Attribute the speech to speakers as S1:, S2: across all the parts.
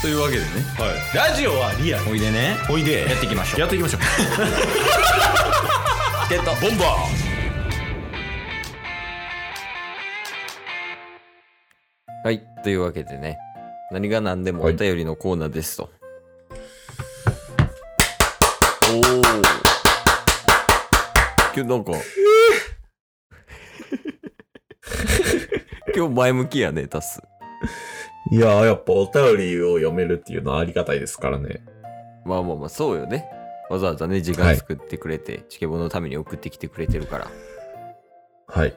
S1: というわけでね
S2: はい、ラジオはリアル
S1: おいでね
S2: おいで
S1: やっていきましょう
S2: やっていきましょう
S1: ってた
S2: ボンバ
S1: はいというわけでね何が何でもお便りのコーナーですと、おお今日なんか今日前向きやねタス
S2: ーいやーやっぱお便りを読めるっていうのはありがたいですからね
S1: まあまあまあそうよねわざわざね時間作ってくれて、チケボのために送ってきてくれてるから
S2: はい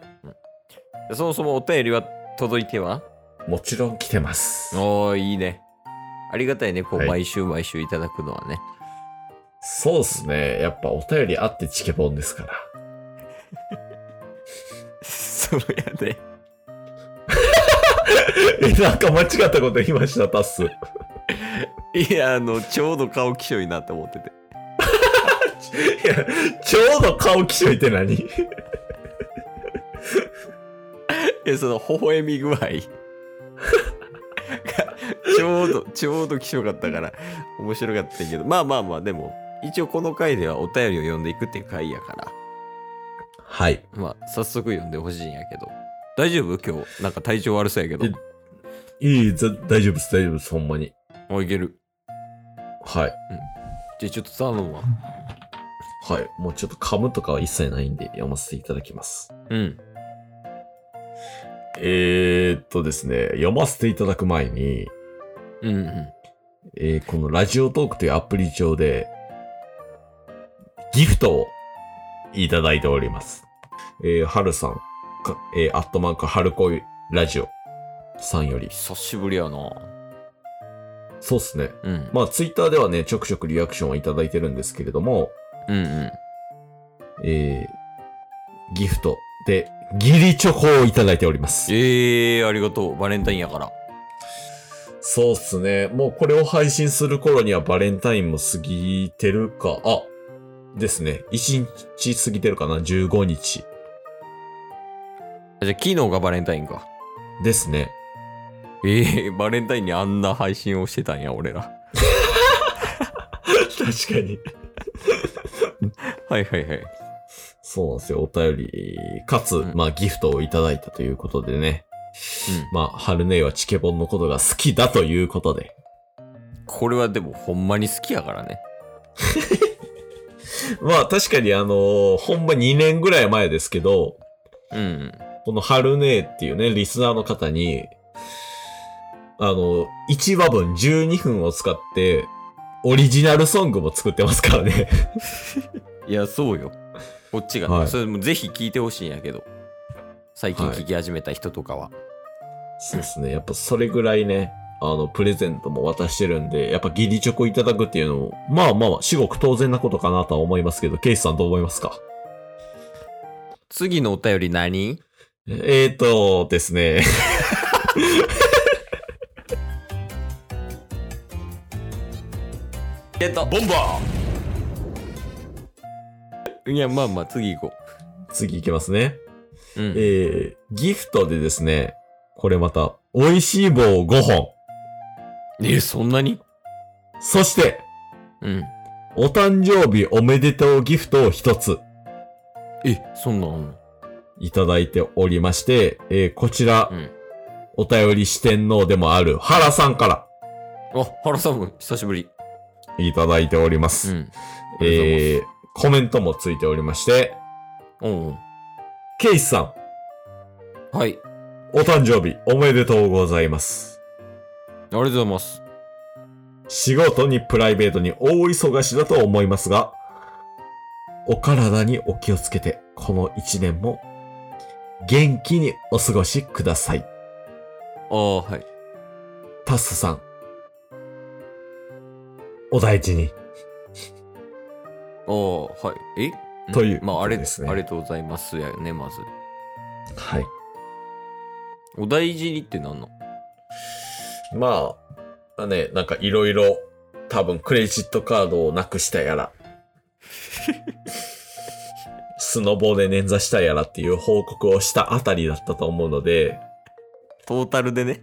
S1: でそもそもお便りは届いては
S2: もちろん来てます
S1: おーいいねありがたいねこう、
S2: はい
S1: 毎週毎週いただくのはね
S2: そうっすねやっぱお便りあってチケボンですから
S1: そうやね。
S2: え、なんか間違ったこと言いました、タッス。
S1: いや、あの、ちょうど顔気象いなって思ってて。
S2: いや、ちょうど顔気象いて何
S1: いや、その、微笑み具合。が ちょうど、ちょうど気象かったから、面白かったけど。まあまあまあ、でも、一応この回ではお便りを読んでいくっていう回やから、
S2: はい。
S1: まあ、早速読んでほしいんやけど。大丈夫今日、なんか体調悪そうやけど
S2: え。いい、ざ大丈夫です、大丈夫です、ほんまに。
S1: あ、いける。
S2: はい。
S1: じゃあちょっと頼むわ。
S2: はい。もうちょっと噛むとかは一切ないんで、読ませていただきます。
S1: うん。
S2: えー、っとですね、読ませていただく前に、
S1: うんうん。
S2: えーこのラジオトークというアプリ上で、ギフトをいただいております。えー、はるさん、かえー、アットマーク、はるこいラジオさんより。
S1: 久しぶりやな。
S2: そうっすね。
S1: うん。
S2: まあ、ツイッターではね、ちょくちょくリアクションをいただいてるんですけれども、
S1: うんうん。
S2: えー、ギフトで、ギリチョコをいただいております。
S1: ええー、ありがとう。バレンタインやから。
S2: そうっすね。もうこれを配信する頃にはバレンタインも過ぎてるか、あ、ですね。1日過ぎてるかな ?15 日。
S1: じゃあ昨日がバレンタインか。
S2: ですね。
S1: ええ バレンタインにあんな配信をしてたんや、俺ら。
S2: 確かに。
S1: はいはいはい。
S2: そうなんですよ。お便り、かつ、
S1: うん
S2: まあギフトをいただいたということでね。まあ、春姉はチケボンのことが好きだということで。
S1: これはでもほんまに好きやからね。
S2: まあ確かにあのーほんま2年ぐらい前ですけど、
S1: うん。
S2: この春姉っていうね、リスナーの方に、あの、1話分12分を使って、オリジナルソングも作ってますからね。
S1: いや、そうよ。こっちがね、
S2: はい
S1: それもぜひ聞いてほしいんやけど。最近聞き始めた人とかは。
S2: そうですね。やっぱそれぐらいね、あの、プレゼントも渡してるんで、やっぱギリチョコいただくっていうのも、まあまあまあ、至極当然なことかなとは思いますけど、ケイスさんどう思いますか
S1: 次のお便り何
S2: えーとですね。
S1: えっと、
S2: ボンバ
S1: いや、まあまあ、次行こ
S2: ー次いきますね。
S1: う。うん。
S2: えー、ギフトでですね、これまた、美味しい棒5本。
S1: え、そんなに
S2: そして、
S1: うん。
S2: お誕生日おめでとうギフトを1つ
S1: え、そんなんあんの
S2: いただいておりまして、えー、こちら
S1: う、ん。
S2: お便り四天王でもある原さんか
S1: あ、原さんも久しぶり。
S2: らいただいておりま
S1: う
S2: す。
S1: ん。
S2: えー、コメントもついておりまして、
S1: うんうん。
S2: ケイスさん、
S1: はい。
S2: お誕生日おめでとうございます。
S1: ありがとうございます。
S2: 仕事にプライベートに大忙しだと思いますが、お体にお気をつけて、この一年も元気にお過ごしください。
S1: ああ、はい。
S2: タスさん。お大事に。
S1: ああ、はい。えん
S2: という
S1: まあ、あれ
S2: こと
S1: で
S2: です
S1: す
S2: ね
S1: ね。ありがとうございますやね、まず。
S2: はい。
S1: お大事にってなんの
S2: まあ、ね、なんかいろいろ、多分クレジットカードをなくした やら、スノボで捻挫したやらっていう報告をしたあたりだったと思うので、
S1: トータルでね。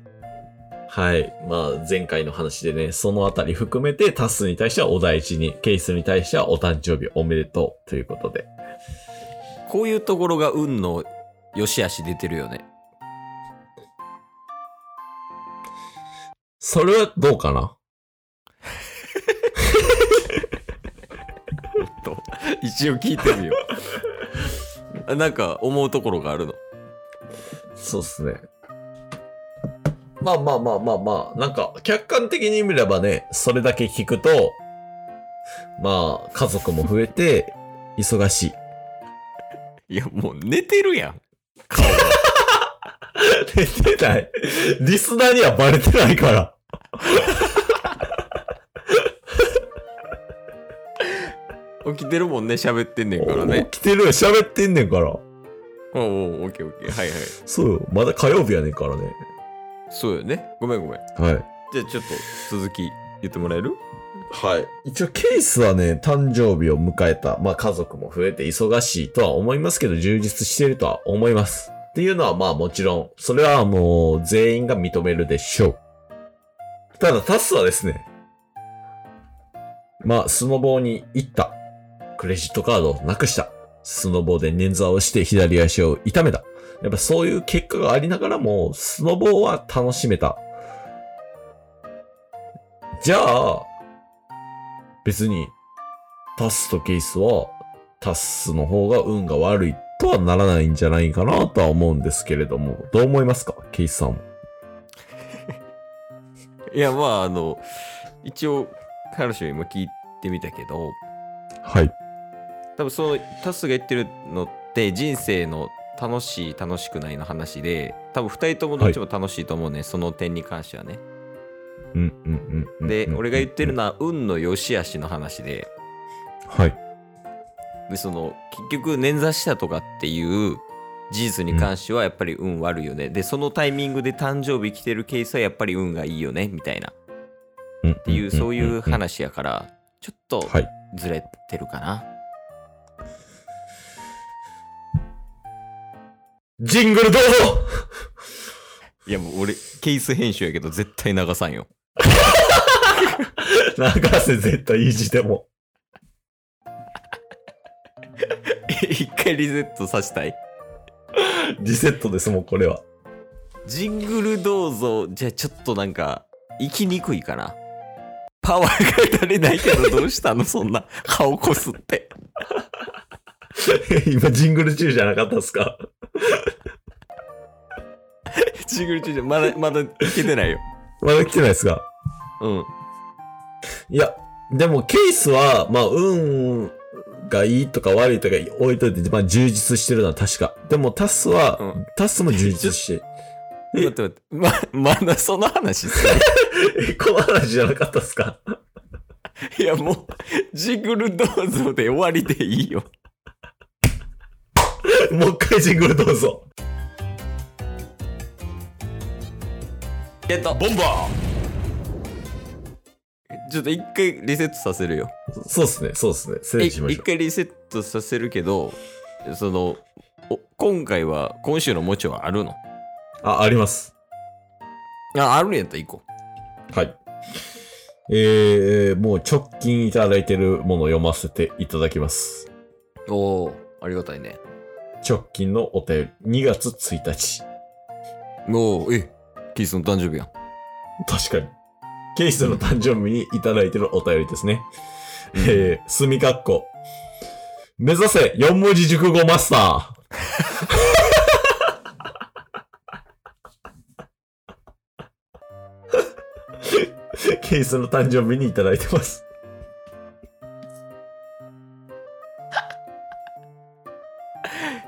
S2: はい。まあ、前回の話でね、そのあたり含めて、タスに対してはお大事に、ケイスに対してはお誕生日おめでとうということで。
S1: こういうところが運の良し悪し出てるよね。
S2: それはどうかな
S1: と、 一応聞いてみよう。 なんか思うところがあるの。
S2: そうっすね。まあまあまあまあまあ、なんか、客観的に見ればね、それだけ聞くと、まあ、家族も増えて、忙しい。
S1: いや、もう寝てるやん。顔が。
S2: 出てない。リスナーにはバレてないから。
S1: 起きてるもんね、喋ってんねんからね。
S2: 起きてるよ、喋ってんねんから。
S1: おうおう、オッケーオッケー。はいはい。
S2: そうよ、まだ火曜日やねんからね。
S1: そうよね。ごめんごめん。
S2: はい。
S1: じゃあちょっと続き言ってもらえる
S2: はい。一応ケースはね、誕生日を迎えた。まあ家族も増えて忙しいとは思いますけど、充実しているとは思います。っていうのはまあもちろん、それはもう全員が認めるでしょう。ただタスはですね、まあスノボーに行った。クレジットカードをなくした。スノボーで捻挫をして左足を痛めた。やっぱそういう結果がありながらも、スノボーは楽しめた。じゃあ、別に、タスとケイスは、タスの方が運が悪いとはならないんじゃないかなとは思うんですけれども、どう思いますかケイスさんも。
S1: いや、まあ、あの、一応、彼女にも聞いてみたけど、
S2: はい。
S1: 多分そのタスが言ってるのって人生の楽しい楽しくないの話で多分2人ともどっちも楽しいと思うね、その点に関してはね。
S2: うんうんうんうん。
S1: で俺が言ってる
S2: な。
S1: のは運の良し悪しの話で
S2: はい。
S1: でその結局捻挫したとかっていう事実に関してはやっぱり運悪いよね、でそのタイミングで誕生日来てるケースはやっぱり運がいいよねみたいなっ
S2: って
S1: いうそういう
S2: 話。
S1: 話やからちょっと
S2: はい。
S1: ずれてるかな。
S2: ジングルどうぞ
S1: いやもう俺ケース編集やけど絶対流さんよ。
S2: 流せ絶対維持でも。
S1: 一回リセットさせたい。
S2: リセットですもん、これは。
S1: ジングルどうぞ。じゃあちょっとなんか、行きにくいかな。パワーが足りないけど、どうしたの そんな、顔こすって。
S2: 今、ジングル中じゃなかったですか
S1: ジングル中じゃ、まだ、まだいけてないよ。
S2: まだ来てないですか
S1: うん。
S2: いや、でもケースは、まあ、運がいいとか悪いとか置いといて、まあ、充実してるのは確か。でもタスは、
S1: うん
S2: タスも充実して。
S1: 待って待って。ま、まだその話する
S2: え、この話じゃなかったっすか
S1: いやもう、ジングルどうぞで終わりでいいよ。
S2: もう一回ジングルどうぞ。
S1: えっと、
S2: ボンバ
S1: ちょっと一回リセットさせるよ。
S2: ーそうっすね、そうっすね。失
S1: え
S2: 礼しまし
S1: 一
S2: ょ
S1: 回リセットさせるけど、その、お今回は、今週のもちはあるの
S2: う。あ、あります。
S1: あ、あるんやったら行こう。
S2: はい。えー、もう直近いただいてるものを読ませていただきます。
S1: おおありがたいね
S2: 直近のお便り、2月1日。
S1: おおえキースの誕生日やん
S2: 確かに。ケイスの誕生日にいただいてるお便りですね。えー、すみかっこ。目指せ4文字熟語マスター。ケイスの誕生日にいただいてます。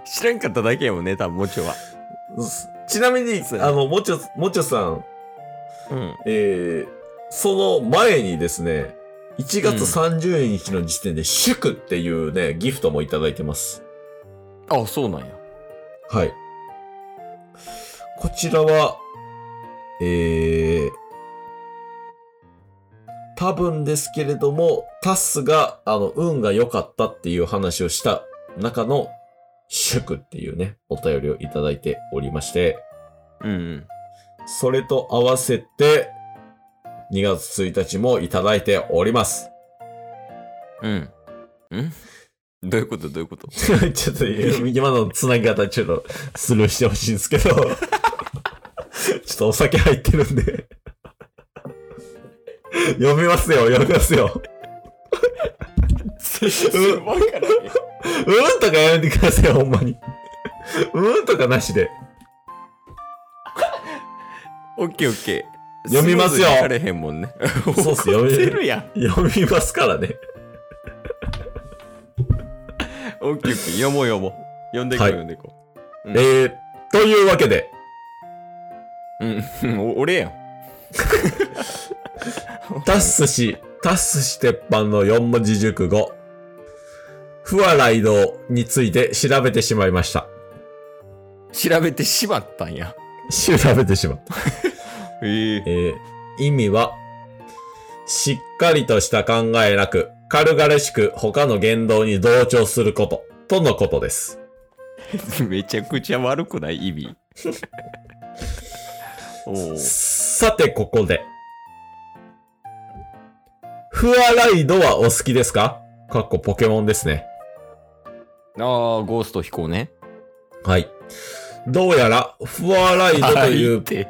S1: 知らんかっただけやもんね多分もちろんは
S2: ちなみに、
S1: そうや
S2: あの、もちょ、もちょさん、
S1: うん
S2: えー、その前にですね、1月30日の時点で祝っていうね、ギフトもいただいてます。
S1: あそうなんや
S2: はい。こちらは、えー、多分ですけれども、タスが、あの、運が良かったっていう話をした中の、祝っていうね、お便りをいただいておりまして、
S1: うん
S2: それと合わせて、2月1日もいただいております。
S1: うん。うんどういうことどういう こと
S2: ちょっと今のつなぎ方ちょっとスルーしてほしいんですけど、ち ょっとお酒入ってるんで、読みますよ、読みますよ。然
S1: わからない。
S2: うんとかやめてください、ほんまに。うんとかなしで。
S1: オッケーオッケー。
S2: 読みますよ
S1: スムーズに分かれへんもんね。
S2: そうっす 読め
S1: 怒ってるやん。
S2: 読みますからね。
S1: オッケーオッケー。読もう読もう。読んでいこう、
S2: はい
S1: 読んでいこ
S2: えー、というわけで、
S1: う。うん。お俺やん。
S2: タッス氏、タッス氏鉄板の4文字熟語、不和雷道について調べてしまいました。
S1: 調べてしまったんや。
S2: 調べてしまう。
S1: ええ。
S2: えー意味は、しっかりとした考えなく、軽々しく他の言動に同調すること、とのことです。
S1: めちゃくちゃ悪くない意 味。おお。
S2: さて、ここで。フアライドはお好きですかかっこポケモンですね。
S1: ああ、ゴースト飛行ね。
S2: はい。どうやら、フアライドとい
S1: は
S2: う、
S1: て。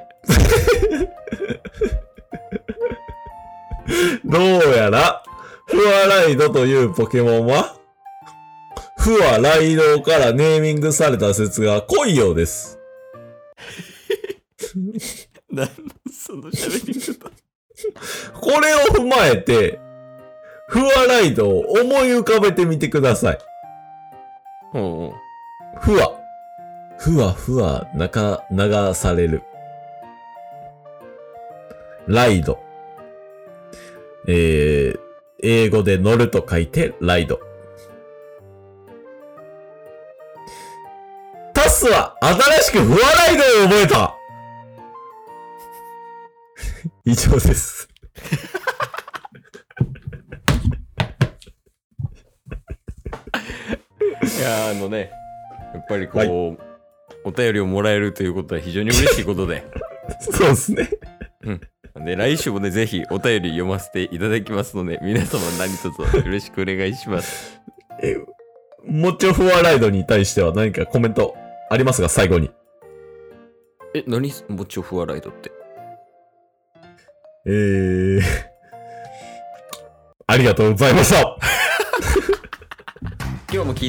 S2: どうやら、フアライドというポケモンは、フアライドからネーミングされた説が濃いようです。
S1: なんだその喋り方。
S2: これを踏まえて、フワライドを思い浮かべてみてください。
S1: お うおう。
S2: ふわ。ふわふわ、なか、流される。ライド。えー、英語で乗ると書いて、ライド。タスは新しくフワライドを覚えた 以上です。
S1: いやーあのね、やっぱりこう、お便りをもらえるということは非常に嬉しいことで。
S2: そうですね。
S1: で来週もね、ぜひお便り読ませていただきますので、皆様何卒よろしくお願いします。
S2: え、もちょふわライドに対しては何かコメントありますが、最後に。
S1: え、何もちろんフワライドって。
S2: えー、ありがとうございました
S1: 今日も聞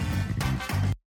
S3: す